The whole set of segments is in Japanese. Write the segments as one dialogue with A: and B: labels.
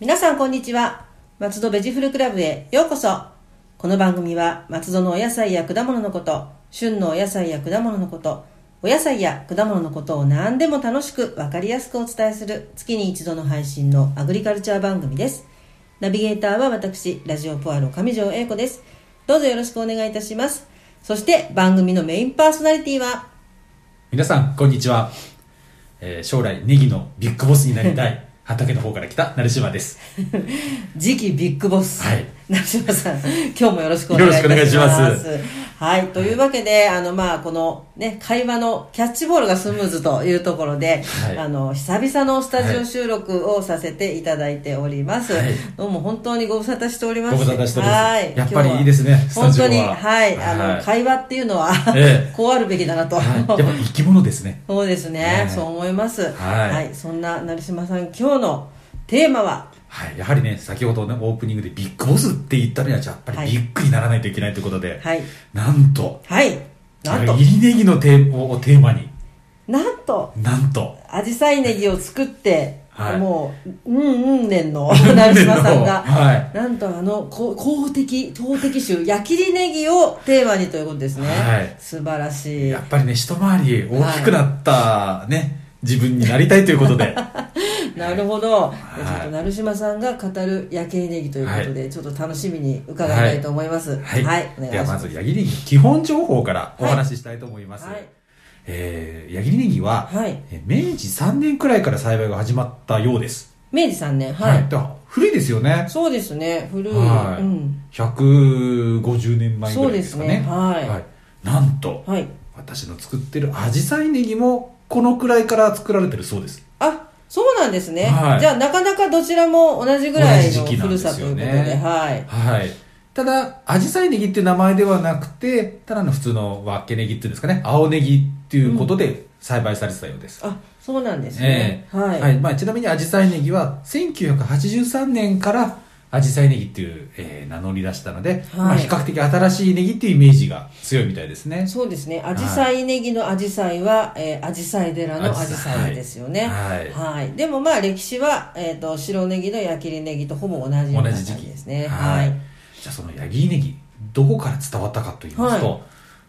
A: 皆さんこんにちは松戸ベジフルクラブへようこそこの番組は松戸のお野菜や果物のこと旬のお野菜や果物のことお野菜や果物のことを何でも楽しく分かりやすくお伝えする月に一度の配信のアグリカルチャー番組ですナビゲーターは私ラジオポアロ上条英子ですどうぞよろしくお願いいたしますそして番組のメインパーソナリティは
B: 皆さんこんにちは、えー将来ネギのビッグボスになり たい畑の方から来た成島です
A: 次期ビッグボス、
B: はい
A: 成島さん、今日もよろしくお願いいたします。
B: よろしくお願いし
A: はい、というわけで、あの、まあ、このね、会話のキャッチボールがスムーズというところで、
B: はい
A: あの、久々のスタジオ収録をさせていただいております。
B: はい
A: どうも本当にご無沙汰しておりま
B: ご
A: す。
B: 無沙汰しております
A: はい。
B: やっぱりいいですね
A: 今日は本当に、
B: スタジオは
A: はい、あの、
B: はい
A: 会話っていうのは、
B: ええ
A: こうあるべきだなと。
B: はいやっぱ生き物ですね
A: そうですね、
B: ねえ
A: そう思います。
B: はい
A: そんな成島さん、今日のテーマは、
B: はいやはりね先ほどねオープニングでビッグボスって言ったのにはやっぱ
A: はい
B: りビッグにならないといけないということで、
A: はい。
B: なんと
A: はい。なんと
B: 入、りネギのテーマをテーマに
A: なんと、
B: なんと
A: アジサイネギを作って、
B: はい
A: もう、うんうん年の成島さんが、
B: は
A: なんとあの、こう公的、投的種、矢切ネギをテーマにということですね。
B: はい
A: 素晴ら
B: い
A: しい
B: や。っぱりね一回り大きくなったね、自分になりたいということ で
A: なるほど。
B: い
A: ちょっと成島さんが語る矢切ネギということで、ちょっと楽しみに伺いたいと思います。
B: はい、
A: お願いし
B: では
A: ま。
B: ますずヤギネギ基本情報からお話ししたいと思います、
A: はい。
B: えー、矢切ネギは、
A: はい
B: えー明治3年くらいから栽培が始まったようです。
A: 明治さんね、はい。
B: だから古いですよね。
A: そうですね、古い。
B: はい
A: うん。
B: 150年前ぐらいですか
A: そう
B: ね。
A: ですねはい
B: なんと、
A: はい。
B: 私の作ってるアジサイネギも、このくらいから作られてるそうです。
A: あそうなんですね、
B: はい
A: じゃあなかなかどちらも同じぐらい
B: 同
A: の
B: じ時期なん
A: 古
B: です
A: さ
B: よ
A: と
B: ね
A: いうことではい
B: はい。ただ、アジサイネギっていう名前ではなくて、ただの普通のわっけネギっていうんですかね、青ネギっていうことで栽培されてたようです。
A: あそうなんです
B: え
A: ね、
B: え
A: はい、
B: まあ、ちなみにアジサイネギは1983年からアジサイネギっていう、えー名乗り出したので、ま
A: は
B: あ、
A: い
B: 比較的新しいネギっていうイメージが強いみたいですね。
A: そうですね紫陽花ネギの紫陽花は、えー、紫陽花寺の紫陽花ですよね
B: はい
A: はいでもまあ歴史は、えー、と白ネギの矢切ネギとほぼ同じよう
B: 同
A: な
B: じ時
A: 感
B: 期
A: じですねはい、
B: じゃあそのヤギネギどこから伝わったかと言いますと、
A: は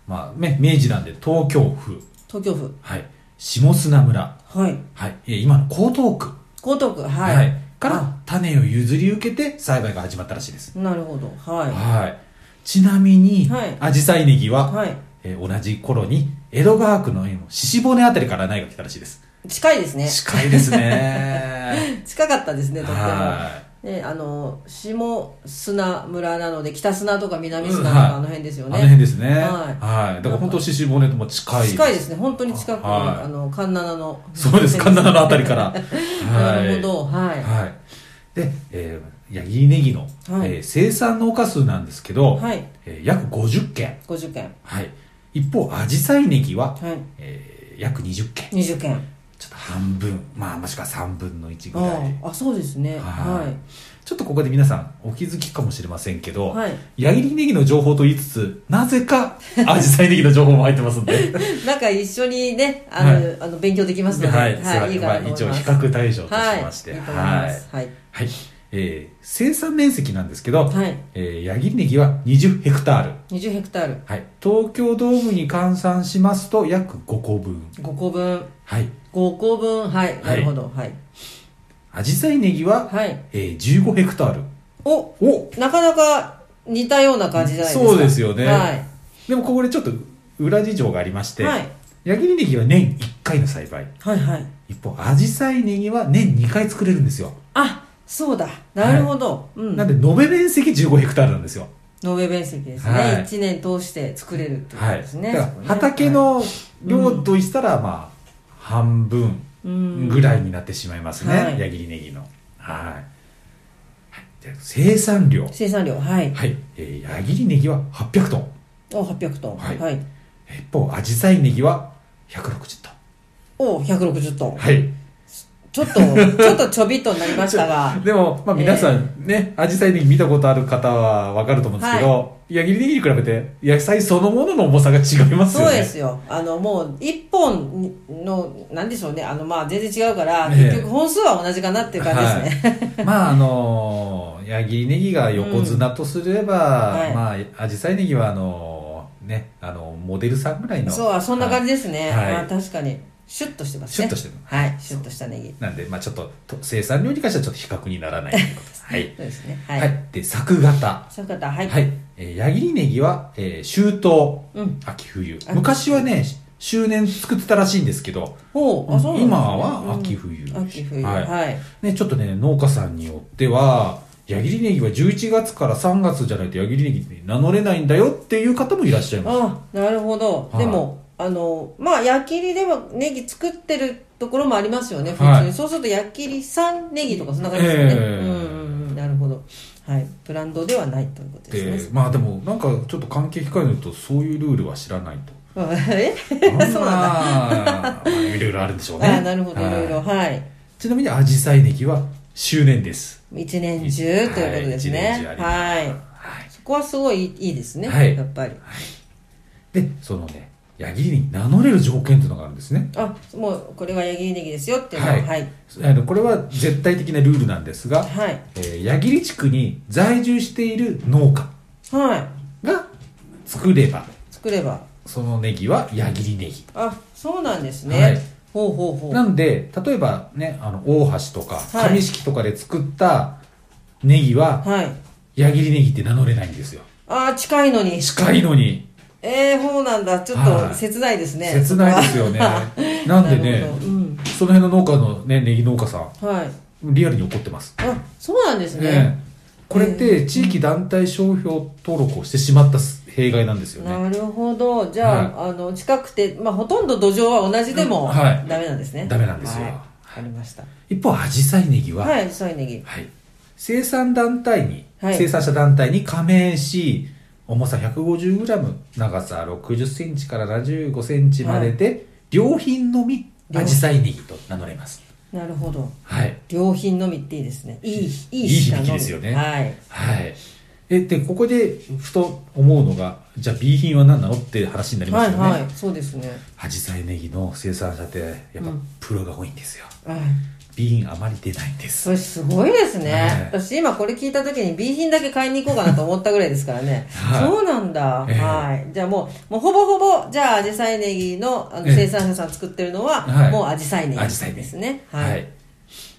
B: まあね、明治なんで東京府、
A: 東京府
B: はい、下砂村、
A: はい
B: はい、えー今の江東区、
A: 江東区はい、
B: はいから
A: あ
B: 種を譲り受けて栽培が始まったらしいです。
A: なるほどは
B: はい、ちなみに
A: はい
B: アジサイネギ
A: い、
B: は
A: はい、
B: えー同じ頃に江戸川区の今獅子骨あたりから苗が来たらしいです
A: 近いですね
B: 近いですね
A: 近かったですねとっても
B: は
A: ね、あの下砂村なので北砂とか南砂と
B: うんはい
A: かあの辺です
B: い
A: よね、
B: あの辺ですね
A: は
B: はいい、だから本当獅子骨とも近い
A: 近いですね本当に近く、
B: はい
A: あの神奈川の
B: そうです神奈川のあたりから
A: な
B: は
A: る
B: い
A: ほどはい、
B: はいで、えー、ヤギネギの、
A: はい
B: えー生産農家数なんですけど、
A: はい
B: えー約50件、
A: 50件
B: はい、一方アジサイネギは、
A: はい
B: えー約20件
A: 20件
B: ちょっと半分まあもしくは3分の1ぐらい
A: あああそうですね
B: はい
A: は
B: ちょっとここで皆さんお気づきかもしれませんけど、
A: い、はい、
B: 矢切ネギの情報と言いつつ、なぜかアジサイネギの情報も入ってますんで。
A: なんか一緒にねあの、
B: はい
A: あの勉強でき ますので、
B: はい、
A: いいか
B: ま
A: な
B: あ
A: と思いま
B: 一
A: す
B: 応比較対象とし
A: はい
B: まして、
A: いいと思いますはい、
B: はいえー生産面積なんですけど、
A: はい
B: えー、矢切ネギは20ヘクタール。
A: 20ヘクタール
B: はい、東京ドームに換算しますと約5個分。
A: 5個分
B: はい。
A: 5個分はい、
B: い
A: なるほどはい
B: アジサイネギは、
A: はい
B: えー、15ヘクタール。
A: お
B: お
A: なかなか似たような感じじゃないですか
B: そうですよね
A: はい
B: でもここでちょっと裏事情がありまして、
A: はい、
B: 矢切ネギは年1回の栽培。
A: はいはい
B: 一方アジサイネギは年2回作れるんですよ、
A: あそうだなるほど、うん
B: なんで延べ面積15ヘクタールなんですよ、
A: ノーベ面積ですね、
B: はい
A: 1年通して作れるってことですね、
B: だから畑の量としたらまあ半分ぐらいになってしまいますね、
A: はい
B: 矢切ネギのはい、はい、で生産量
A: 生産量はい
B: はい、えー、矢切ネギは800トン
A: お800トンは、
B: はいい一方アジサイネギは160トン
A: お160トン
B: はい
A: ちょっと、 ちょっとちょびっとになりましたが。
B: でも、まあ、皆さんね、アジサイネギ見たことある方はわかると思うんですけど、矢切ネギに比べて野菜そのものの重さが違いますよね。
A: そうですよ。あの、もう、一本の、なんでしょうね。あの、まあ、全然違うから、
B: ええ
A: 結局本数は同じかなっていう感じですね。
B: まああの矢切ネギが横綱とすれば、
A: うん
B: まあアジサイネギはあのねあのモデルさんぐらいの
A: そうあ、そんな感じですね。
B: はい
A: あ確かに。シュッとしてます
B: シ
A: ね。
B: ュッとしてる
A: はい、シュッとしたネギ。
B: なんでまあちょっとと生産量に関してはちょっと比較にならないということですはい、
A: そうですね。は。
B: はいいで作型
A: そういう方、は。
B: はいい、えー矢切ネギは、えー、秋冬
A: うん。
B: 秋冬
A: 冬
B: 昔はね周年作ってたらしいんですけど、
A: ほう、あ、そうなんですね
B: 今は秋冬、
A: うん秋冬。
B: はい
A: はい。
B: ね、ちょっとね農家さんによっては矢切ネギは11月から3月じゃないと矢切ネギって名乗れないんだよっていう方もいらっしゃいます
A: あ、なるほど。
B: は
A: で
B: い
A: も、あの、まあ、焼きりでもネギ作ってるところもありますよね、普通に。
B: はい
A: そうすると、焼きり3ネギとかそんな感じですよね。
B: ええ
A: うんうんうん、なるほど。はい。ブランドではないということ
B: で
A: ですね。
B: まあでもなんかちょっと関係機関によるとそういうルールは知らない と
A: え
B: そうなん
A: だ
B: まあ、いろいろあるんでしょうね
A: あなるほど、
B: は
A: い
B: い
A: ろいろ。はい。
B: ちなみにアジサイネギは周年です
A: 一年中ということです
B: はい一年
A: ね
B: 中あ。ります
A: はい。
B: はい
A: そこはすごいいいですね。
B: はい
A: やっぱり。
B: でそのね矢切に名乗れる条件というのがあるんですね
A: あ、もう、これはヤギネギですよっていうのは、
B: はい
A: はい。
B: あのこれは絶対的なルールなんですが、
A: はい。
B: えー、矢切地区に在住している農家
A: はい。
B: が作れば
A: 作れば。
B: そのネギは矢切ネギ
A: あ、そうなんですね。
B: はい
A: ほうほうほう。
B: なんで例えばねあの大橋とか
A: はい
B: 上敷とかで作ったネギは
A: はい。
B: 矢切ネギって名乗れないんですよ
A: あー近いのに。
B: 近いのに
A: えー、ほうなんだ。ちょっ
B: は
A: と
B: い
A: 切ないですね。
B: 切ないで すよねなんでね
A: なるほどうん
B: その辺の農家のねネギ農家さ
A: そこは はい。
B: んリアルに怒ってます
A: あ、そうなんです
B: ね
A: ね。
B: これって地域団体商標登録をしてしまった弊害なんですよね
A: なるほど。じゃあ、あの、近くて、まあ、ほとんど土壌は同じでも、
B: うんはい
A: ダメなんですね。
B: ダメなんですよ
A: はいわかりました。
B: 一方アジサイネギは
A: はい、ソイネギ。
B: はい、生産団体に、
A: はい
B: 生産者団体に加盟し重さ 150g 長さ 60cm から 75cm までで、良品のみ
A: 良
B: アジサイネギと名乗れます
A: なるほど。
B: はい
A: 良品のみっていいですね。いい、い
B: いい
A: い品
B: 響
A: のみ
B: きですよね
A: はい。
B: はいえでここでふと思うのがじゃあ B 品は何なのって話になりま
A: は
B: す
A: い
B: よね、
A: はい、そうですね。
B: アジサイネギの生産者ってやっぱ
A: うん
B: プロが多いんですよ、
A: はい。
B: B 品あまり出ないんです
A: それすごいですね、
B: はい
A: 私今これ聞いた時に B 品だけ買いに行こうかなと思ったぐらいですからね、
B: はい
A: そうなんだ、
B: ええ
A: はいじゃあもうもうほぼほぼじゃあアジサイネギのあの
B: ええ
A: 生産者さん作ってるのは、
B: はい
A: もうアジサイネギ
B: アジサイネギ
A: ですねはい、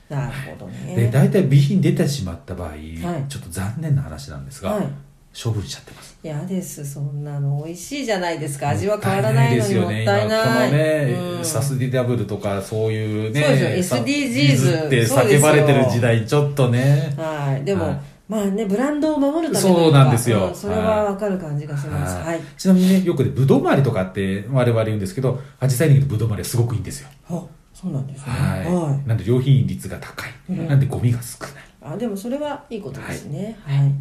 A: なるほど
B: で
A: ね
B: 大体 B 品出てしまった場合、
A: い
B: ちょっと残念な話なんですが、
A: はい
B: 処分しちゃってます
A: 嫌ですそんなの美味しいじゃないですか味は変わらないのにもったいない
B: もったいないですよね今この
A: う
B: ね、
A: ん
B: サスディダブルとかそういうね
A: そうですよ
B: さ
A: SDGs
B: って
A: そうです
B: 叫
A: よ
B: ばれてる時代ちょっとね
A: はい、でも、
B: はい
A: まあねブランドを守るためといか
B: そうなんですよ
A: それはわかる感じがしますはい、
B: はいちなみにねよくねぶどう回りとかって我々言うんですけどアジサイネギのぶどう回りはすごくいいんですよ
A: あそうなんですね
B: はい、
A: はい
B: なんで良品率が高い、
A: うん
B: なんでゴミが少ない
A: あでもそれはいいことですねはい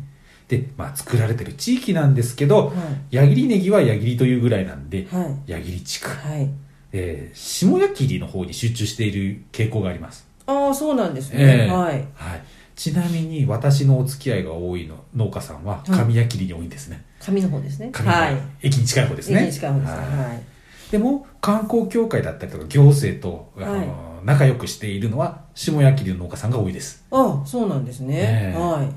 B: で、まあ、作られてる地域なんですけど、
A: は
B: 矢切ネギは矢切というぐらいなんで、
A: はい
B: 矢切地区、
A: はい、
B: えー下矢切の方に集中している傾向があります
A: ああそうなんですね、
B: ええ
A: はい
B: はい、ちなみに私のお付き合いが多いの農家さんは
A: うん
B: 神矢切に多いんですね、
A: 紙の方ですね
B: 神矢
A: はい
B: 切駅に近い方ですね
A: 駅に近い方ですね
B: はい
A: はい
B: でも観光協会だったりとか行政と、あ
A: はい
B: の仲良くしているのは下矢切の農家さんが多いです
A: ああそうなんですね、
B: ええ
A: はい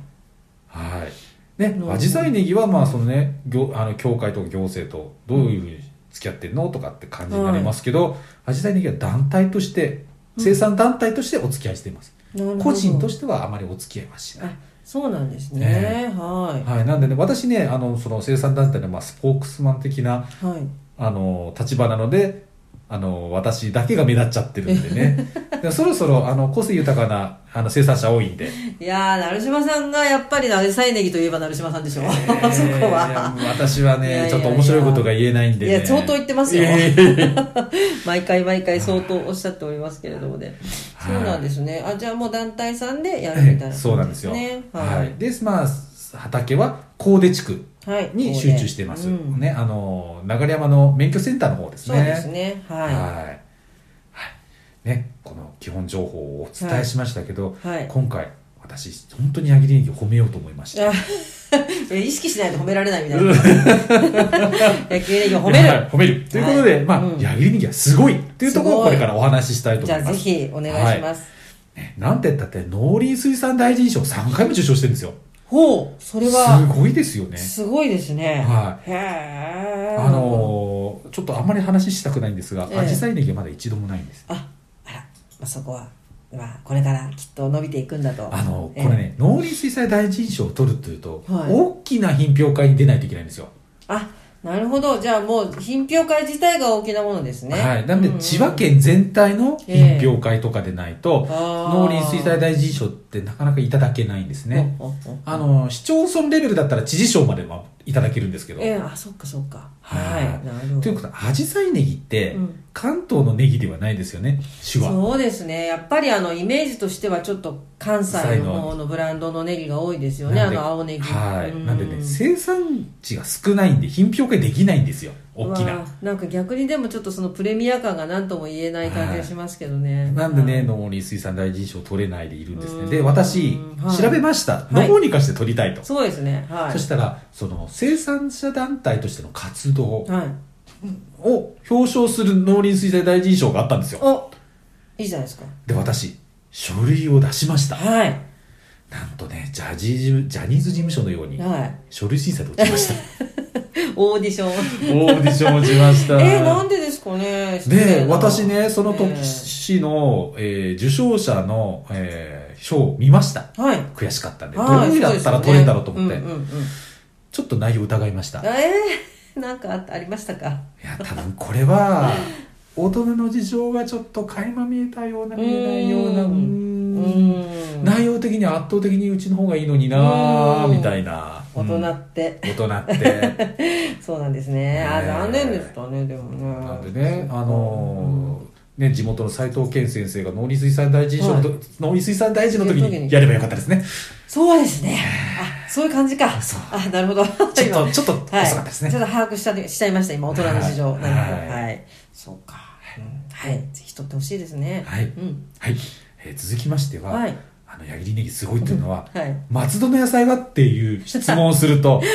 B: はいね
A: るほど
B: アジサイネギはまあそのね行あの協会とか行政とどういうふうに付き合ってんのとかって感じになりますけど、アジサイネギは団体として生産団体としてお付き合いしています、
A: なるほど
B: 個人としてはあまりお付き合いはしない
A: あそうなんですね、
B: え
A: はい
B: はい、なんでね、私ね、あの、その生産団体の、まあ、スポークスマン的な、
A: はい
B: あの、立場なので、あの、私だけが目立っちゃってるんで ね。でそろそろ、あの、個性豊かな、あの、生産者多いんで。
A: いやー成島さんがやっぱりなサイネギといえば成島さんで しょ、
B: えー
A: そこは。
B: 私はい
A: やいやい
B: ね、
A: や
B: ちょっと面白いことが言えないんで、
A: い
B: ね。
A: や相当言ってますよ
B: いやいやいや
A: 毎回毎回相当おっしゃっておりますけれどもね、
B: はい
A: そうなんですねあじゃあもう団体さんでやるみたいな、
B: そうなんですよ。
A: ね
B: は。
A: はい
B: で、まあ、畑は、神出地区
A: はい、
B: に集中してます。
A: うん
B: ね、あの、流山の免許センターの方です
A: そうですねはい
B: はい。はい。ね、この基本情報をお伝えしましたけど、
A: はい
B: 今回私本当に矢切ネギを褒めようと思いました
A: あ え意識しないと褒められないみた いな野球ネギを褒め
B: はい
A: る
B: 褒めるということで、
A: はい
B: まあ、
A: うん
B: 矢切ネギはすごいっていうところ
A: す
B: を
A: ごい
B: これからお話ししたいと
A: じゃ
B: 思
A: あ
B: いま
A: ぜ
B: す
A: ひお願いします、
B: ねなんて言ったって農林水産大臣賞3回も受賞してるんですよ
A: ほうそれ
B: す
A: は
B: ごいですよね
A: すごいですね
B: は
A: へえ
B: あのーちょっとあんまり話したくないんですが、
A: ええ
B: アジサイネギはまだ一度もないんです。
A: ああら、まあ、そこは、まあ、これからきっと伸びていくんだと
B: あのー
A: ええ
B: これね、農林水産大臣賞を取るというと、
A: はい
B: 大きな品評会に出ないといけないんですよ。
A: あなるほどじゃあもう品評会自体が大きなものですね
B: はい。なんで、
A: うう
B: 千葉県全体の品評会とかでないと、
A: あー
B: 農林水産大臣賞ってなかなかいただけないんですね。
A: おおお
B: あのー市町村レベルだったら知事賞まではいただけるんですけど。
A: ええあそっかそっかは
B: はい
A: い、なるほど
B: ということで、アジサイネギって
A: うん、
B: 関東のネギではないですよね、種は。
A: そうですねやっぱりあのイメージとしてはちょっと関西の方のブランドのネギが多いですよね
B: な
A: あ
B: んで
A: の青ネギ
B: はい、
A: う
B: なんでね生産地が少ないんで品評会できないんですよ大き
A: うわ
B: な
A: なんか逆にでもちょっとそのプレミア感が何とも言えない感じがしますけどね、
B: なんで
A: は
B: ね
A: い
B: 農林水産大臣賞取れないでいるんです
A: う
B: ね
A: ん
B: で私
A: はい
B: 調べました
A: い
B: どうにかして取りたいと、
A: そうですねはい
B: そしたらその生産者団体としての活動
A: はい
B: を表彰する農林水産大臣賞があったんですよ
A: おいいじゃないですか
B: で私書類を出しました
A: はい
B: なんとねジャジージャニーズ事務所のように
A: はい
B: 書類審査で落ちました
A: オーディション
B: オーディション落ちました
A: えなんでですかね失
B: で
A: 礼、な
B: 私ね、その
A: え
B: 時の、えー受賞者の、えー賞を見ました。
A: えはい
B: 悔しかったんで、ど
A: はいう
B: だったら取れんだろうと思って、
A: そうですよねうんうんうん
B: ちょっと内容疑いました。い
A: ええなんかあったありましたか
B: や、多分これは、大人の事情がちょっと垣間見えたような、見えないような、
A: う
B: う
A: ー
B: ー
A: うんん
B: 内容的には圧倒的にうちの方がいいのにな
A: う
B: ー
A: ん
B: みたいな。
A: 大
B: う
A: 人
B: ん
A: って、
B: 大人って。
A: そうなんですねあ
B: ねえ
A: 残念でしたねでもね
B: なんでね、あのーね、地元の斉藤健先生が農林水産大臣賞のと、農林水産大臣の時
A: 時
B: に
A: に
B: やればよかったですね。
A: そうですねあそういう感じか
B: そう
A: あなるほど
B: ちょっと、ちょっと遅
A: はい、
B: かったですね。
A: ちょっと把握したしちゃいました今大人の事情、
B: はい
A: なるほど
B: は
A: はいい、そうか、うんはいぜひ取ってほしいですね
B: はい
A: うん
B: はい、えー続きましては、
A: はい
B: あの矢切ネギすごいというのは、
A: はい
B: 松戸の野菜はっていう質問をすると、はい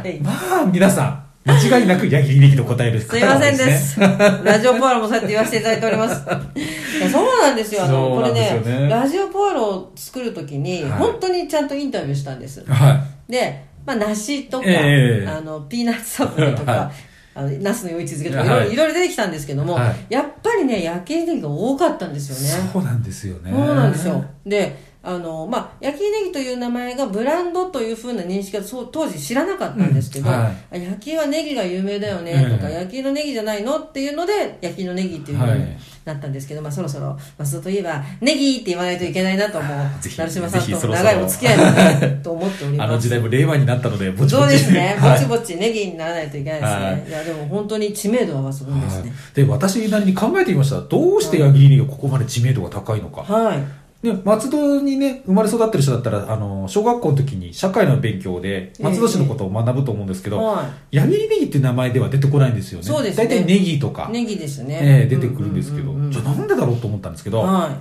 A: はい
B: まあ皆さん間違いなく矢切ネギと答える
A: す
B: 方
A: いま
B: が多
A: せ
B: い
A: ん
B: で
A: です
B: ね。
A: す。ラジオポアロもそうやって言わせていただいており ます。いやそうなんですよ。あの、
B: そう
A: こ
B: な
A: れ
B: んですよね
A: ね、ラジオポアロを作るときに、
B: はい
A: 本当にちゃんとインタビューしたんです。
B: は
A: で、まあ、梨とか、
B: ええ
A: あの、ピーナッツサブレとか、
B: はい
A: あのナスの余一漬けとか、い
B: は
A: ろい
B: い
A: ろいろいろ出てきたんですけども、
B: はい
A: やっぱりね、焼きネギが多かったんです
B: い、
A: よね。
B: そうなんですよね。
A: そうなんですよ。で、あの、まあ、焼きネギという名前がブランドというふうな認識はそう当時知らなかったんですけど、
B: うんは
A: あ焼きはネギが有名だよねとか、
B: ええ
A: 焼きのネギじゃないのっていうので、焼きのネギっていうふう
B: はい
A: になったんですけど、まあ、そろそろ、松田といえば、ネギって言わないといけないなと、もう
B: ぜ、ひ
A: 成島さん
B: ぜひそ
A: と
B: ろそろ
A: 長いお付き合いだなと思っておりま
B: あ
A: す。
B: の時代も令和になったのでぼちぼち。
A: そうですね
B: はい
A: ぼちぼちネギにならないといけないですね。い、や、でも本当に知名度は抜群です
B: はい
A: ね。
B: で私なりに考えてみましたどうして矢切ネギがここまで知名度が高いのか、
A: はい。
B: ね、松戸にね、生まれ育ってる人だったら、あの、小学校の時に社会の勉強で、松戸市のことを学ぶと思うんですけど、
A: は
B: ヤギリネギっていう名前では出てこないんですよね。
A: そうですね
B: 大体ネギとか、
A: い。ネギですね。
B: ええ出てくるんですけど、
A: うううん
B: じゃあなんでだろうと思ったんですけど、
A: は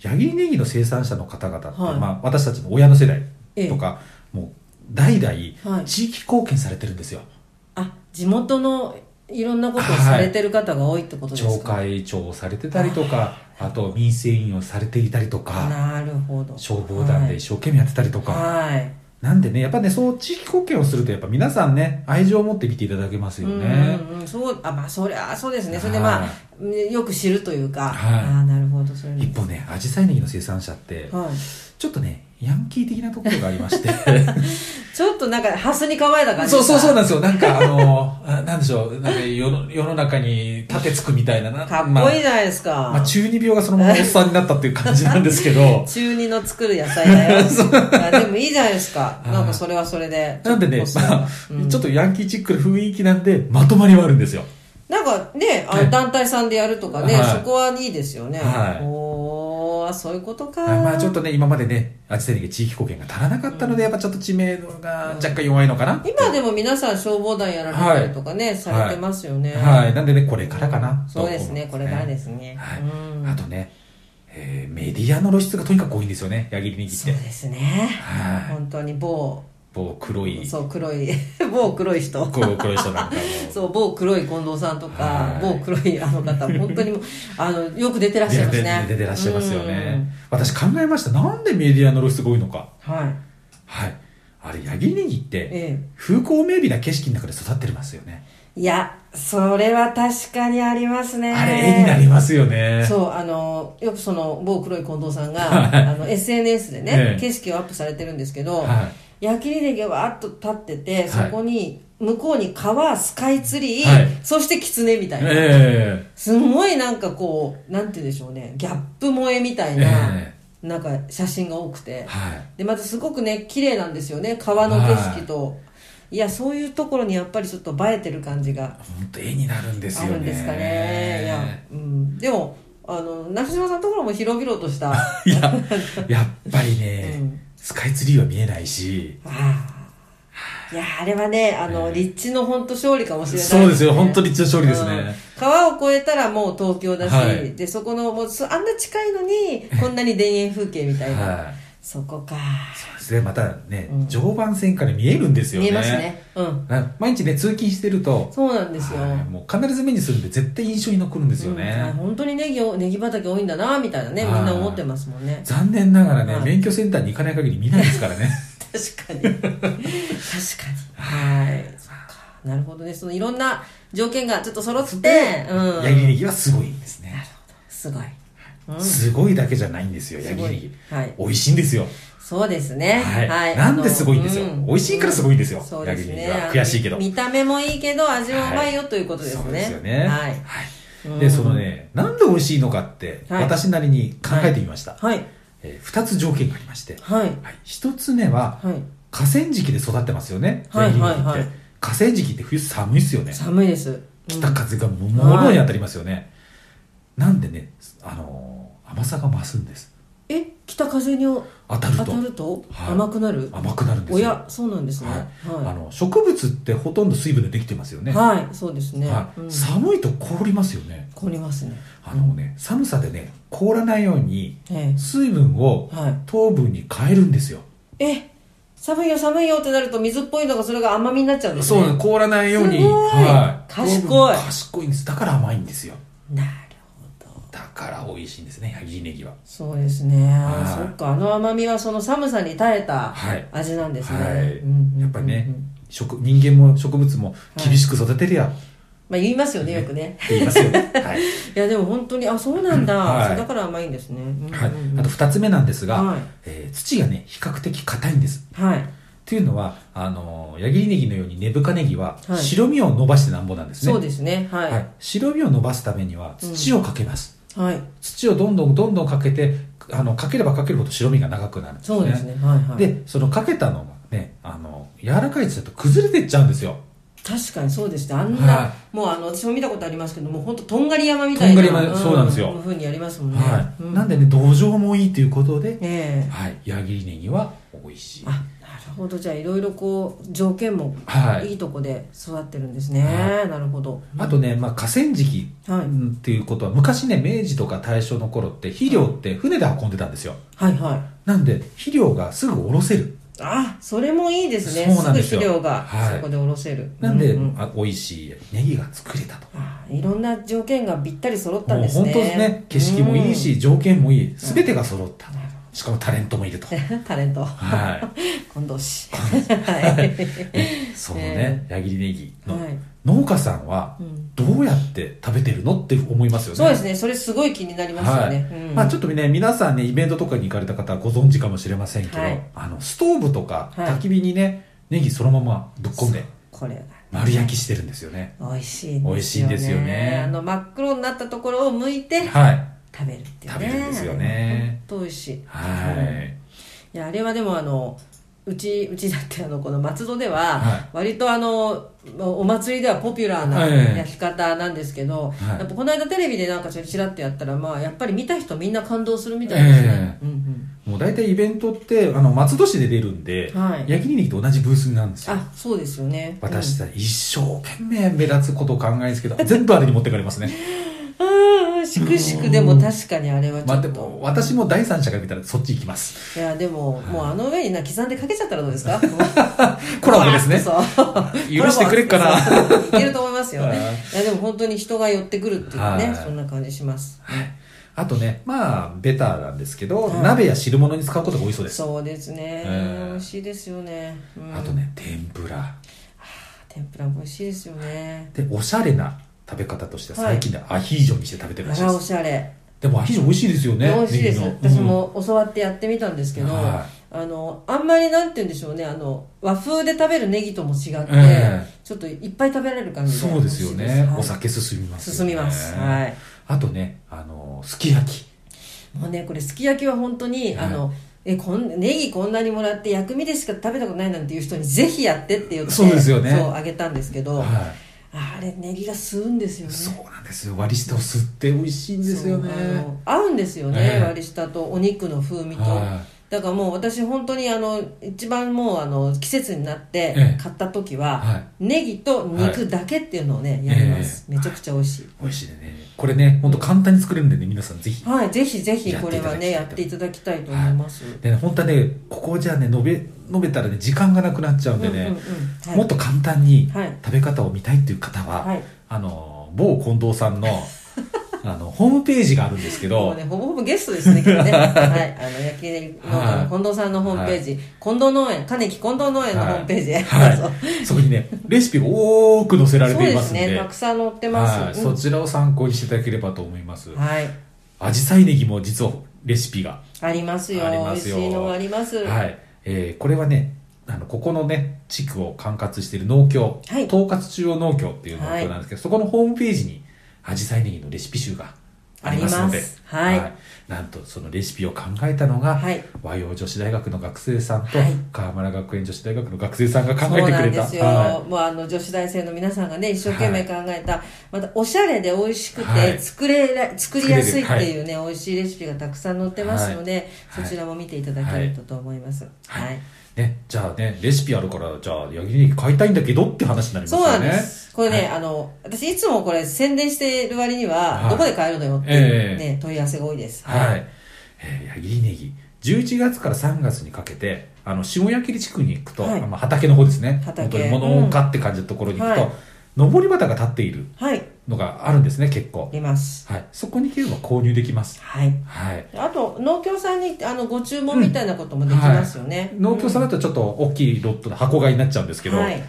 A: い。
B: ヤギリネギの生産者の方々って、
A: はい
B: まあ、私たちの親の世代とか、もう、代々
A: は、い
B: 地域貢献されてるんですよ。
A: あ地元のいろんなことをされてる方が多いってことです
B: 町
A: か、
B: 会長をされてたりとか、あと民生委員をされていたりとか、
A: なるほど
B: 消防団で一生懸命やってたりとか、
A: はい
B: なんでね、やっぱね、そう地域貢献をすると、やっぱ皆さんね、愛情を持って見ていただけますよ
A: うん
B: ね。
A: うんうんそうあまあそりゃそうですねそれでま
B: は
A: あうんよく知るというか、
B: はい
A: ああなるほどそういうの
B: 一方ね、アジサイネギの生産者って、
A: はい、
B: ちょっとね、ヤンキー的なところがあり まして。
A: ちょっとなんかハスに構えた感じ
B: そうそうそう
A: う
B: なんですよ。なんかあの、あなんでしょう、なんか世の世の中に盾つくみたいなな。
A: かっこいいじゃないですか、。
B: まあ、まあ中二病がそのままおっさんになったっていう感じなんですけど
A: 中二の作る野菜だ よあでもいいじゃないですか
B: い
A: なんかそれはそれで
B: なんでね、
A: ちょっと
B: まあ、
A: うん
B: ちょっとヤンキーチックな雰囲気なんで、まとまりはあるんですよ。
A: なんかね、あ
B: はい
A: の団体さんでやるとかね、
B: はい
A: そこはいいですよね。
B: はい
A: おー、そういうことか。
B: はいまあちょっとね、今までね、アジサイネギ地域貢献が足らなかったので、やっぱちょっと知名度が若干弱いのかな。
A: 今でも皆さん消防団やられたりとかね、されてますよね。
B: はい。なんでね、これからかなと
A: そう
B: 思。
A: ですね、これからですすね。
B: はい
A: うん
B: あとね、えーメディアの露出がとにかく多いんですよね矢切り
A: そう
B: 握って
A: ですね
B: はい
A: 本当に某
B: 某黒い
A: そう黒い 某黒い人
B: こう黒い人なんかも
A: そう某黒い近藤さんとか
B: はい
A: 某黒いあの方本当にもうあのよく出てらっしゃいますね
B: 出て出てらっしゃいますよね私考えましたなんでメディアの露出が多いのか
A: うんはい
B: はいあれ矢切り握って
A: え
B: 風光明媚な景色の中で育ってますよね
A: えいやそれは確かにありますね
B: あれ絵になりますよね
A: そうあのよくその某黒い近藤さん
B: はい
A: があの SNS でね、
B: ええ
A: 景色をアップされてるんですけど、
B: は
A: 矢切ネギがわーっと立ってて
B: い
A: そこに向こうに川スカイツリー、
B: はい
A: そして狐みた
B: い
A: いな、
B: え
A: すごいなんかこうなんて言うんでしょうねギャップ萌えみたいな、
B: え
A: なんか写真が多く
B: え
A: て
B: はい
A: でまたすごくね綺麗なんですよね川の景色と、い、やそういうところにやっぱりちょっと映えてる感じが
B: 本当絵になるんです
A: あ
B: よね
A: るんですかねいや、うん、でもあの中島さんのところも広々と した、あ
B: いや、やっぱりね、
A: うん
B: スカイツリーは見えないし、
A: あいやあれはねあの、
B: ええ
A: 立地の本当勝利かもしれない、
B: そうですよ、本当に一応勝利です
A: うん
B: ね。
A: 川を越えたらもう東京だし、
B: はい
A: でそこのもうそあんな近いのにこんなに田園風景みたいな、
B: はい。
A: そこか
B: そうですね、またね、
A: うん
B: 常磐線から見えるんですよね。
A: 見えますねうん
B: な。毎日ね、通勤してると、
A: そうなんですよ、
B: はいもう必ず目にするんで、絶対印象に残るんですよ
A: うんあ
B: ね。
A: 本当にネギをネギ畑多いんだなみたいなねみん
B: はい
A: な思ってますもんね
B: 残念ながらね、
A: はい
B: 免許センターに行かない限り見ないですからね。
A: 確かに確かにはいそっかなるほどねそのいろんな条件がちょっと揃って、うん、
B: ヤギネギはすごいんですね。
A: すごい、うん、
B: すごいだけじゃないんですよ、ヤギネギ。
A: はい
B: 美味しいんですよ。
A: そうですね。
B: はいなんですごいんですよ
A: あの
B: 美味しいからすごいんですよ
A: そうですね
B: 焼き肉。は悔しいけど
A: あの見た目もいいけど、味はうまいよということですね。
B: そうですよね。
A: はい。
B: はいで、そのね、なんで美味しいのかって、
A: はい
B: 私なりに考えてみました。
A: はい。
B: えー二つ条件がありまして、
A: はい。
B: はい、一つ目は、
A: はい。
B: 河川敷で育ってますよね。
A: はいはいはい
B: ヤギネギって河川敷って冬寒いですよね。
A: 寒いです。うん
B: 北風がもろに当たりますよね。なんでね、あのー甘さが増すんです。
A: え、北風に
B: 当たる
A: 当
B: と
A: たると
B: はい
A: 甘くなる
B: 甘くなるんです
A: お
B: よ。
A: や、そうなんですね。
B: はいあ
A: は
B: の植物ってほとんど水分でできてますよ
A: い。
B: ね。
A: はい、そうですね。
B: はい
A: うん
B: 寒いと凍りますよね。
A: 凍りますね。
B: あのね、寒さでね、凍らないように
A: え
B: 水分を
A: え。はい。
B: 糖分に変えるんですよ。
A: え、寒いよ寒いよってなると水っぽいのがそれが甘みになっちゃうんですね。
B: なんです凍らない
A: すごい
B: はい、
A: 賢い
B: 糖分賢いんです。だから甘いんですよ。
A: なるほど。
B: だから美味しいんですね、ヤギネギは。
A: そうですね、
B: はい
A: そっかあの甘みはその寒さに耐えた
B: はい
A: 味なんですね、
B: はい
A: うんうんうんうん
B: やっぱりね食人間も植物も厳しく育てりゃっ
A: まあ言いますよねよくね
B: て言いますよね。はい。
A: いやでも本当にあそうなんだ、
B: はい
A: そうだから甘いんですね、うんうんうん
B: はい、あと二つ目なんですが、
A: はい
B: えー土がね、比較的硬いんです。
A: はい
B: というのは、あのー、矢切ネギのように根深ネギは
A: はい
B: 白身を伸ばしてなんぼなんですね。
A: そうですねはい
B: はい、白身を伸ばすためには土をかけます、
A: はい、
B: 土をどんどんどんどんかけてあのかければかけるほど白身が長くなるんですね
A: そうですねはいはい
B: でそのかけたのがねあの柔らかい土だと崩れてっちゃうんですよ
A: 確かにそうですねあんな、
B: は
A: もうあの私も見たことありますけどもう本当とんがり山みたいな
B: とんがり山そうなんですよ
A: こふうにやりますもんね、
B: はい、
A: う
B: なんでね土壌もいいということで、
A: ええ
B: はい、矢切ネギは美味しい
A: あなるほどじゃあいろいろこう条件も
B: はい
A: いいとこで育ってるんですね、
B: は
A: なるほど
B: あとね、まあ、河川敷
A: はい
B: うんっていうことは昔ね明治とか大正の頃って肥料って船で運んでたんですよ
A: はいはい
B: なんで肥料がすぐ下ろせる
A: あそれもいいですね
B: そうなんですよ
A: ぐ肥料が
B: はい
A: そこでおろせる、
B: なんで、
A: うう
B: あ美味しいネギが作れたと
A: あいろんな条件がぴったり揃ったん
B: もう
A: ですね
B: 本当ですね景色もいいし、条件もいい全てが揃った、
A: なる
B: しかもタレントもいると
A: うん タレント
B: は
A: 近藤氏 はい
B: いねそのね、矢切ネギの、
A: はい
B: 農家さんは
A: うん
B: どうやって食べてるのって思いますよね
A: そうですねそれすごい気になりますよ
B: はい
A: ね、うん
B: まあ、ちょっとね皆さんねイベントとかに行かれた方はご存知かもしれませんけど、
A: はい
B: あのストーブとか
A: はい
B: 焚き火にね、ネギそのままぶっ込んで
A: これが
B: 丸焼きしてるんですよね
A: 美味しいんですよね
B: 美味しいんですよね
A: あの真っ黒になったところを剥いて
B: はい
A: 食べるっていうね
B: 食べるんですよね
A: 本当美味しい
B: はい、
A: いやあれはでもあのうちうちだってあのこの松戸では
B: はい
A: 割とあのお祭りではポピュラーな
B: ええ
A: 焼き方なんですけど、
B: はい
A: やっぱこの間テレビでなんかちょっとちらっとやったらまあやっぱり見た人みんな感動するみたいですね、うん
B: もう大体イベントってあの松戸市で出るんで、
A: うんはい
B: 焼きネギと同じブースになるんですよ
A: あそうですよね
B: 私たち一生懸命目立つことを考えるんですけど、全部あれに持ってかれますね。
A: うん、うん、ししくしくでも確かにあれはち
B: ま
A: ょ
B: あ
A: っ
B: で
A: と、
B: も、私も第三者が見たらそっち行きます。
A: いやでも、もうあの上にな刻んでかけちゃったらどうですか
B: コラボで すね。
A: そう
B: 許してくれっかな
A: コラボはそういけると思いますよね
B: はい
A: いやでも本当に人が寄ってくるっていうかね、
B: はい
A: そんな感じします
B: あとね、まあ、ベターなんですけど、
A: はい
B: 鍋や汁物に使うことが多いそうです。
A: そうですね、
B: うん
A: 美味しいですよね、うん
B: あとね、天ぷら。
A: 天ぷらも美味しいですよね
B: で、おしゃれな食べ方としては
A: はい
B: 最近ではアヒージョにして食べてるらしい
A: あ
B: で
A: ら
B: す。
A: おしゃれ、
B: でもアヒージョ美味しいですよね。
A: 美味しいです
B: ネギの
A: 私。も教わってやってみたんですけど、
B: は
A: あのあんまりなんて言うんでしょうねあの和風で食べるネギとも違って、
B: え
A: ちょっといっぱい食べられる感
B: うん
A: じで
B: そうですよ
A: 美味しい
B: ね。
A: はい
B: お酒進みますよ
A: 進
B: ね。
A: みます、はい
B: あとね、あの、すき焼き。
A: もうねこれすき焼きは本当に、
B: はい
A: あのえこんネギこんなにもらって薬味でしか食べたことないなんていう人にぜひやってって言って
B: そうですよね
A: そうあげたんですけど、
B: は
A: あれネギが吸うんですよ
B: い。
A: ね
B: そうなんですよ。割り下を吸って美味しいんですよね。
A: そうあの合うんですよね、
B: ええ
A: 割り下とお肉の風味と、
B: は
A: だからもう私本当にあの一番もうあの季節になって
B: ええ
A: 買った時
B: い。
A: は、
B: はい。
A: ネギと肉だけっていうのをね、
B: い
A: やります、
B: ええ
A: めちゃくちゃ美味しい
B: 美味しいね。これね、ほんと簡単に作れるんでね、皆さんぜひ。
A: はいぜひぜひこれはね
B: や
A: や
B: っ
A: ってて
B: い
A: いただきたいと思います、
B: でね、本当はね、ここじゃね、述べ、述べたらね、時間がなくなっちゃうんでね、
A: うんうんうんはい
B: もっと簡単に
A: はい
B: 食べ方を見たいっていう方は、
A: はい
B: あの、某近藤さん の、あの、ホームページがあるんですけ
A: も
B: ど、
A: うね、ほぼほぼゲストですね、 今日ね。はい。あの、焼き農家の近藤さんのホームページ、近藤農園、金木近藤農園のホームページへ。 そう
B: はい。そこにね、レシピが多く載せられ
A: そう
B: てい
A: で
B: ます
A: す
B: んで、
A: ね、たくさん載って
B: は
A: ま
B: い、
A: す。
B: そうちらを参考にしていただければと思います
A: ん。はい。
B: アジサイネギも実はレシピが、
A: ありますよ。
B: あり
A: 美
B: ま
A: 味
B: すよ
A: しいのがあります。
B: はい。えーこれはね、あの、ここのね、地区を管轄している農協、
A: はい
B: 統括中央農協っていう農協なんですけど、そこのホームページに、アジサイネギのレシピ集がありますので、
A: ありますはい
B: なんと、そのレシピを考えたのが、
A: はい
B: 和洋女子大学の学生さんと、
A: はい
B: 川村学園女子大学の学生さんが
A: そ
B: 考え
A: う
B: て
A: な
B: く
A: ん
B: れ
A: で
B: た。
A: すよ。
B: は
A: もうあの、女子大生の皆さんがね、一生懸命考えた、またおしゃれで美味しく
B: はい
A: て、作れら、作りやすいっていうね、美味しいレシピがたくさん載ってますので、
B: は
A: そ
B: い
A: ちらも見ていただけるとと思います。
B: は
A: はいい。
B: いね、じゃあね、レシピあるから、じゃあ、焼きネギ買いたいんだけどって話になりますよ
A: そ
B: ね。
A: うなんです。これね、
B: はい
A: あの、私いつもこれ宣伝してる割には、
B: はい
A: どこで買えるのよって
B: ええ
A: ね、問い合わせが多いです。
B: はい。えー、矢切ネギ。11月から3月にかけて、あの、下矢切地区に行くと、
A: はい
B: まあ畑の方ですね。
A: 畑
B: 本当に物置って感じのところに行くと、
A: うんはい
B: 上り旗が立っている
A: はい。
B: のがあるんですね、結
A: あ
B: 構。
A: ります。
B: はい。そこに行ければ購入できます。
A: はい。
B: はい。
A: あと、農協さんに、あの、ご注文みたいなこともできますよね。
B: 農協さん
A: う
B: だとちょっと大きいロットの箱買いになっちゃうんですけど、は
A: はいい。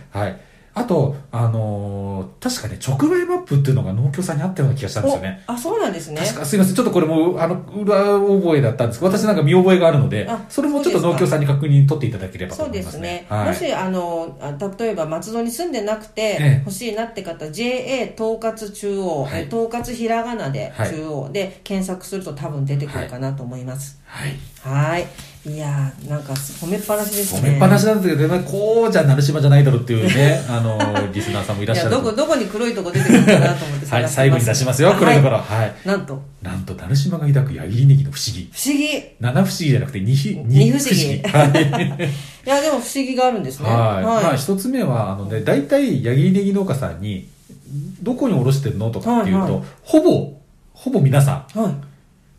B: あと、あのー確かね、直売マップっていうのが農協さんにあったような気がしたんですよね。
A: おあ、そうなんですね。
B: 確か、すいません。ちょっとこれも、あの、裏覚えだったんですけど、私なんか見覚えがあるので
A: あ、
B: それもちょっ
A: そうで
B: と
A: すか
B: 農協さんに確認取っていただければと
A: そう
B: 思い
A: で
B: ますす
A: ね
B: ね。。
A: も
B: はい。
A: し、あの、あ例えば松戸に住んでなくて
B: ええ、
A: 欲しいなって方、JA 統括中央、
B: はい
A: え統括ひらがなで
B: はい
A: 中央で検索すると多分出てくるかなと思います。
B: はい。
A: はい。いやー、なんか褒めっぱなしですね。
B: 褒めっぱなしなんですけど、ね、こうじゃなる島じゃないだろうってい うね、あの、リスナーさんもいらっしゃる
A: いや、
B: と
A: どこ、どこに黒いとこ出てくるかなと思って
B: はい、最後に出しますよ、これだか。ら。はい。
A: はいなんと、不
B: なんと、なる島が抱く矢切ネギの不思議。
A: 思議。い
B: 七不思議じゃなくて二ひ、
A: 二不思議
B: はい。
A: や、でも不思議があるんですね。
B: はい。まあ、一つ目は、あのね、大体、矢切ネギ農家さんに、どこにおろしてるのとかっていうと、
A: はいは
B: ほぼ、ほぼ皆さん、
A: はい。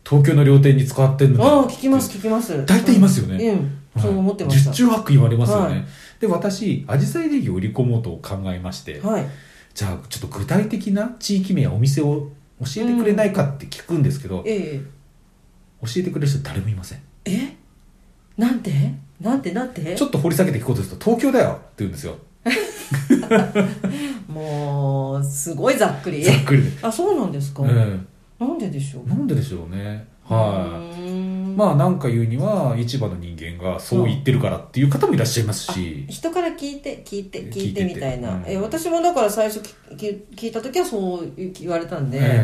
B: 東京の料亭に使ってんの
A: ああ、聞きます、聞きます。
B: 大体いますよね
A: うん。うん
B: はい
A: そう思ってました。
B: 十中八九言われますよね。
A: はい
B: で、私、アジサイネギを売り込もうと考えまして、
A: はい。
B: じゃあ、ちょっと具体的な地域名やお店を教えてくれないかって聞くんですけど、教
A: え
B: えてくれる人誰もいません。
A: え。えなんてなんてなんて
B: ちょっと掘り下げて聞こうとすると、東京だよって言うんですよ。
A: もう、すごいざっくり
B: ざ。っくりで。
A: あ、そうなんですか。
B: うん。
A: なんででしょう。
B: なんででしょうね。はい。
A: い
B: まあ、なんか言うには、市場の人間がそう言ってるからっていう方もいらっしゃいますし、
A: 人から聞いて聞いて
B: 聞いてて
A: 聞いてみたいな、
B: うん
A: え私もだから最初聞き聞いた時はそう言われたんで、
B: え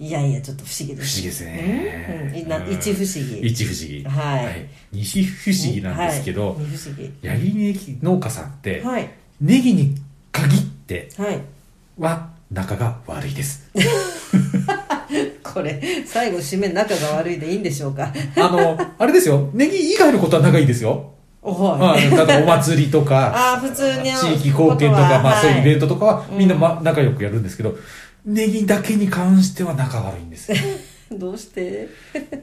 A: いやいやちょっと不思議
B: え
A: で
B: 不思
A: す
B: 議ですね。
A: うんな
B: うん
A: 一不思議
B: 一不思議。
A: はい
B: 西不思議なんですけど、
A: はい、二不思議
B: ヤギネギ農家さんって、
A: はい
B: ネギに限って
A: はい
B: は仲が悪いです。
A: これ最後締め仲が悪いでいいんでしょうか
B: あの、 あれですよ、ネギ以外のことは仲いいですよ。
A: おはい、
B: まあ、だからお祭りと
A: あ
B: か、
A: あ普通に
B: 地域貢献とか、まあそういうイベ
A: ン
B: ントとかは
A: うん
B: みんな、ま、仲良くやるんですけど、ネギだけに関しては仲悪い んですよ
A: どうして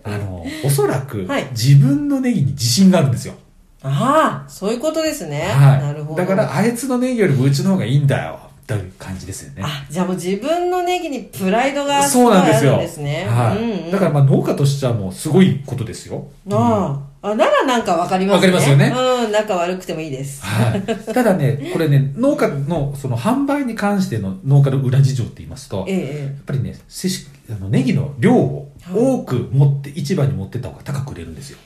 B: あのおそらく
A: はい
B: 自分のネギに自信があるんですよ、
A: ああ、そういうことですね。
B: はい、
A: なるほど。
B: だからあいつのネギよりもうちの方がいいんだよという感じですよね
A: あ、じゃあもう自分のネギにプライドがす
B: そう
A: ごい
B: なんで
A: あ
B: す
A: る
B: よ
A: んですね。
B: はい
A: うんうん、
B: だからまあ農家としてはもうすごいことですよ、うん
A: ああ、あならなんかわかりますね。
B: わかりますよね
A: うん、仲悪くてもいいです。
B: はい、ただね、これね、農家の、その販売に関しての農家の裏事情って言いますと、
A: え
B: やっ
A: え
B: ぱりね、せしあのネギの量を
A: はい
B: 多く持って、市場に持ってった方が高く売れるんですよ。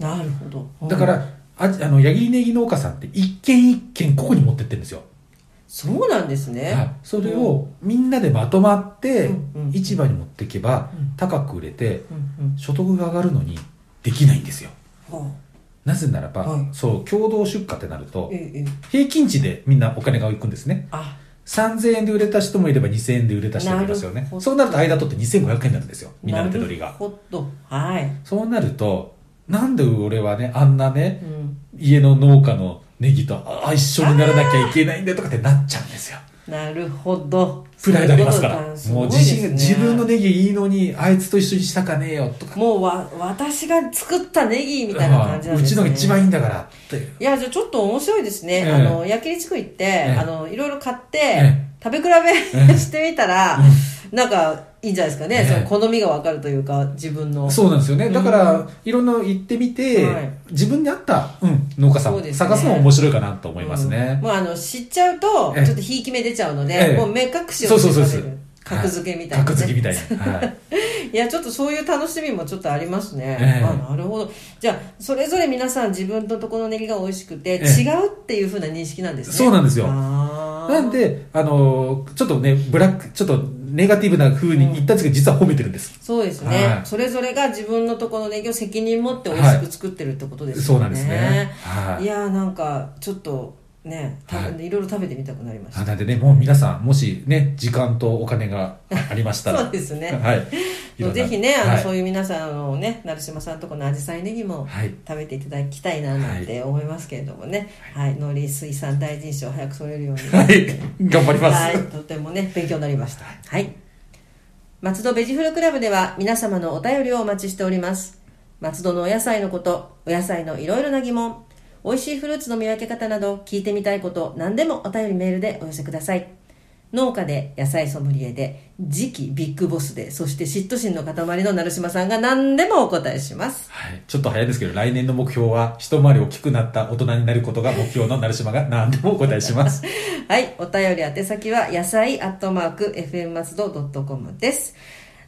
A: ええ、なるほど。
B: だか
A: うん、
B: ら、ああの、矢切ネギ農家さんって一軒一軒ここに持ってってるんですよ。
A: そうなんですね。
B: はい、それをみんなでまとまって
A: うんうん、
B: 市場に持っていけば
A: うん
B: 高く売れて、
A: うんうん
B: 所得が上がるのにできないんですよ。
A: は
B: なぜならば、
A: はい
B: そう、共同出荷ってなる
A: あ
B: と、
A: ええええ、
B: 平均値でみんなお金がいくんですね。
A: あ、
B: 3000円で売れた人もいれば2000円で売れた人もいますよ
A: なる
B: ね
A: ほど
B: そうなると間取って2500円になるんですよみんなの手取り
A: なる
B: が
A: ほど。はい。
B: そうなるとなんで俺はねあんなね
A: うん、
B: 家の農家のネギとあ一緒にならなきゃいけないんだとかってなっちゃうんですよ
A: なるほど。
B: プライドありますから
A: そう
B: もう
A: いうこと
B: 自
A: だす
B: 信
A: ごいですね
B: が自分のネギいいのにあいつと一緒にしたかねえよとか
A: もうわ、私が作ったネギみたいな感じなん
B: う
A: で
B: ち
A: すね。
B: のが一番いいんだからって
A: いや、じゃあちょっと面白いですね。
B: ええ
A: あの、焼きり地区行って、
B: え
A: あの、いろいろ買って、
B: え
A: 食べ比べ
B: え
A: してみたら、なんか、いいんじゃないですかね。
B: ええ
A: その好みがわかるというか、自分の。
B: そうなんですよね。だか
A: う
B: ら、いろんな行ってみて、
A: はい
B: 自分に合った、うん、農家さん
A: そう
B: を
A: ですね
B: 探すのも面白いかなと思います
A: うん
B: ね。
A: もうあの、知っちゃうと、
B: ええ
A: ちょっとひいき目出ちゃうので、
B: ええ
A: もう目隠しを
B: そうそうそう
A: して
B: そ
A: 食
B: う
A: べる格付けみたいな、ね
B: 格付けみたいな。はい
A: いや、ちょっとそういう楽しみもちょっとありますね。
B: ええ
A: あなるほど。じゃあ、それぞれ皆さん自分のところのネギが美味しくて、
B: ええ
A: 違うっていうふうな認識なんですね。
B: そうなんですよ
A: あー
B: なん、で、あのーちょっとね、ブラック、ちょっとネガティブな風に言ったんですけど、実は褒めてるんです。
A: そうですね、
B: はい
A: それぞれが自分のところのネギを責任持って美味しく作ってるってことです
B: そ
A: よ
B: う
A: ね、
B: なんですね。はいい。
A: やーなんかちょっとねた
B: はい
A: いろいろ食べてみたくなりました、
B: あなんでね、もう皆さん、もしね、時間とお金が ありましたら。
A: そうですね
B: はい。いろんな
A: ぜひねあの、
B: はい
A: そういう皆さんのね成島さんのところのアジサイネギも
B: はい。
A: 食べていただきたいななんて思いますけれどもね、はい農林水産大臣賞早く取れるように、
B: はい。頑張ります。
A: はい、とてもね、勉強になりました。はい。松戸ベジフルクラブでは皆様のお便りをお待ちしております。松戸のお野菜のこと、お野菜のいろいろな疑問、美味しいフルーツの見分け方など聞いてみたいこと、何でもお便りメールでお寄せください。農家で野菜ソムリエで、次期ビッグボスで、そして嫉妬心の塊の成島さんが何でもお答えします。
B: はい。ちょっと早いですけど、来年の目標は、一回り大きくなった大人になることが目標の成島が何でもお答えします。
A: はい、お便り宛先は野菜アットマーク FM 松戸ドットコムです。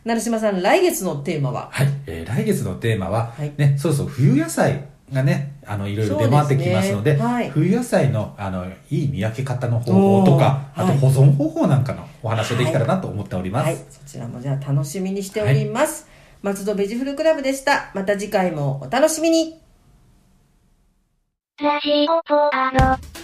A: 成島さん、来月のテーマ は
B: はい、えー来月のテーマは、
A: はい
B: ね、そうそう冬野菜がねあのいろいろ出回ってきますの
A: そうです
B: で
A: ねはい
B: 冬野菜のあのいい見分け方の方法とか
A: おー
B: あと
A: はい
B: 保存方法なんかのお話をできたらなと思っております、
A: はい、そちらもじゃあ楽しみにしております。松戸ベジフルクラブでした。また次回もお楽しみに。
C: ラジオポアド。